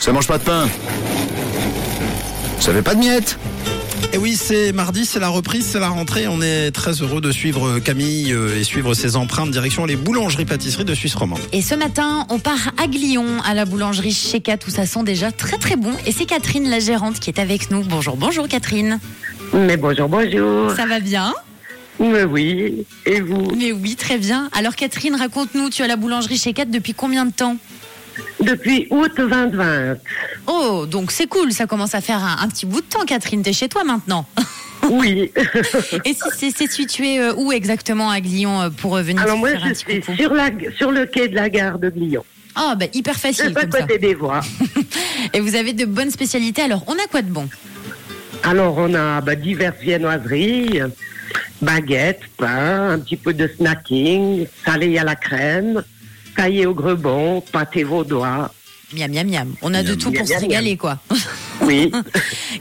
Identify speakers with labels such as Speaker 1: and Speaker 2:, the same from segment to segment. Speaker 1: Ça mange pas de pain. Ça fait pas de miettes.
Speaker 2: Et oui, c'est mardi, c'est la reprise, c'est la rentrée. On est très heureux de suivre Camille euh, et suivre ses empreintes direction les boulangeries-pâtisseries de Suisse romande.
Speaker 3: Et ce matin, on part à Glion, à la boulangerie chez Cat, où ça sent déjà très très bon. Et c'est Catherine, la gérante, qui est avec nous. Bonjour, bonjour Catherine.
Speaker 4: Mais bonjour, bonjour.
Speaker 3: Ça va bien
Speaker 4: Mais oui. Et vous
Speaker 3: Mais oui, très bien. Alors Catherine, raconte-nous, tu as la boulangerie chez Cat depuis combien de temps
Speaker 4: Depuis août 2020.
Speaker 3: Oh, donc c'est cool, ça commence à faire un, un petit bout de temps Catherine, t'es chez toi maintenant.
Speaker 4: Oui.
Speaker 3: Et si c'est- c'est situé euh, où exactement à Glion euh, pour euh, venir
Speaker 4: Alors
Speaker 3: te
Speaker 4: moi,
Speaker 3: faire un
Speaker 4: je
Speaker 3: petit
Speaker 4: suis
Speaker 3: coucou
Speaker 4: sur, la, sur le quai de la gare de Glion.
Speaker 3: Ah bah hyper facile
Speaker 4: C'est à
Speaker 3: comme ça.
Speaker 4: côté des voies.
Speaker 3: Et vous avez de bonnes spécialités, alors on a quoi de bon
Speaker 4: Alors, on a bah, diverses viennoiseries, euh, baguettes, pain, un petit peu de snacking, salé à la crème, caillé au grebon, pâté vaudois.
Speaker 3: Miam, miam, miam. On a de
Speaker 1: Miam,
Speaker 3: tout pour
Speaker 4: miam,
Speaker 3: se
Speaker 4: miam,
Speaker 3: régaler, quoi.
Speaker 4: Oui.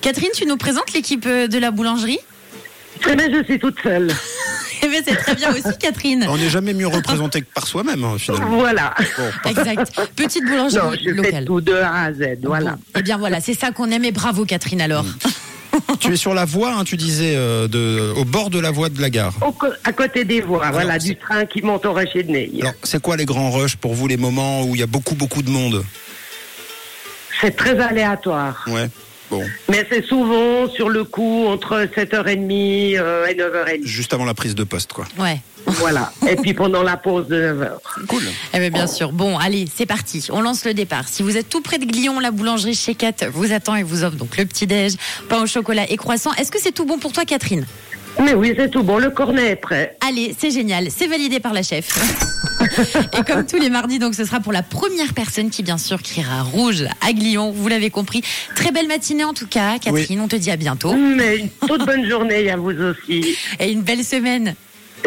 Speaker 3: Catherine, tu nous présentes l'équipe euh, de la boulangerie
Speaker 4: Eh bien, je suis toute seule.
Speaker 3: Eh bien, c'est très bien aussi, Catherine.
Speaker 2: On n'est jamais mieux représenté que par soi-même, hein, finalement.
Speaker 4: Voilà.
Speaker 3: Exact. Petite boulangerie
Speaker 4: Non, je fais
Speaker 3: locale.
Speaker 4: tout de A à Z. Voilà.
Speaker 3: Bon. Eh bien, voilà, c'est ça qu'on aime. Et bravo, Catherine, alors.
Speaker 4: Mm.
Speaker 2: Tu es sur la voie, hein, tu disais, euh, de, au bord de la voie de la gare.
Speaker 4: Au co- à côté des voies, voilà, du train qui monte au rocher de Ney.
Speaker 2: Alors, c'est quoi les grands rushs pour vous, les moments où il y a beaucoup, beaucoup de monde
Speaker 4: C'est très aléatoire.
Speaker 2: Ouais. Bon,
Speaker 4: Mais c'est souvent sur le coup entre 7h30 euh, et 9h30.
Speaker 2: juste avant la prise de poste, quoi.
Speaker 3: Ouais.
Speaker 4: Voilà. Et puis pendant la pause de 9h.
Speaker 2: Cool.
Speaker 3: Eh bien, bien sûr. Bon, allez, c'est parti. On lance le départ. Si vous êtes tout près de Glion, la boulangerie chez Cat vous attend et vous offre donc le petit-déj, pain au chocolat et croissant. Est-ce que c'est tout bon pour toi, Catherine
Speaker 4: Mais oui, c'est tout bon. Le cornet est prêt.
Speaker 3: Allez, c'est génial, c'est validé par la chef. Et comme tous les mardis, donc ce sera pour la première personne qui, bien sûr, criera rouge à Glion. Vous l'avez compris. Très belle matinée en tout cas, Catherine. On te dit à bientôt
Speaker 4: Mais une toute bonne journée à vous aussi.
Speaker 3: et une belle semaine.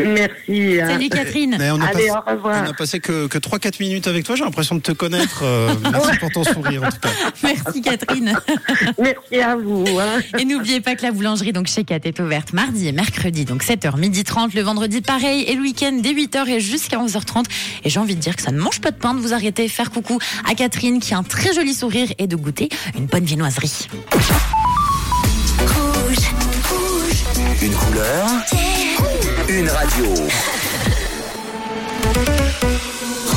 Speaker 4: Merci. hein.
Speaker 3: Salut Catherine.
Speaker 2: Mais on a
Speaker 4: Allez,
Speaker 2: passé-
Speaker 4: au revoir.
Speaker 2: On a passé que, que 3-4 minutes avec toi, j'ai l'impression de te connaître. euh, merci pour ton sourire, en tout cas.
Speaker 3: Merci Catherine.
Speaker 4: Merci à vous. hein.
Speaker 3: Et n'oubliez pas que la boulangerie donc chez Cat est ouverte mardi et mercredi, donc 7h, midi 30, le vendredi pareil, et le week-end dès 8h et jusqu'à 11h30. Et j'ai envie de dire que ça ne mange pas de pain de vous arrêter, faire coucou à Catherine qui a un très joli sourire et de goûter une bonne viennoiserie.
Speaker 5: Rouge, rouge,
Speaker 6: Une couleur,
Speaker 5: yeah.
Speaker 6: une radio.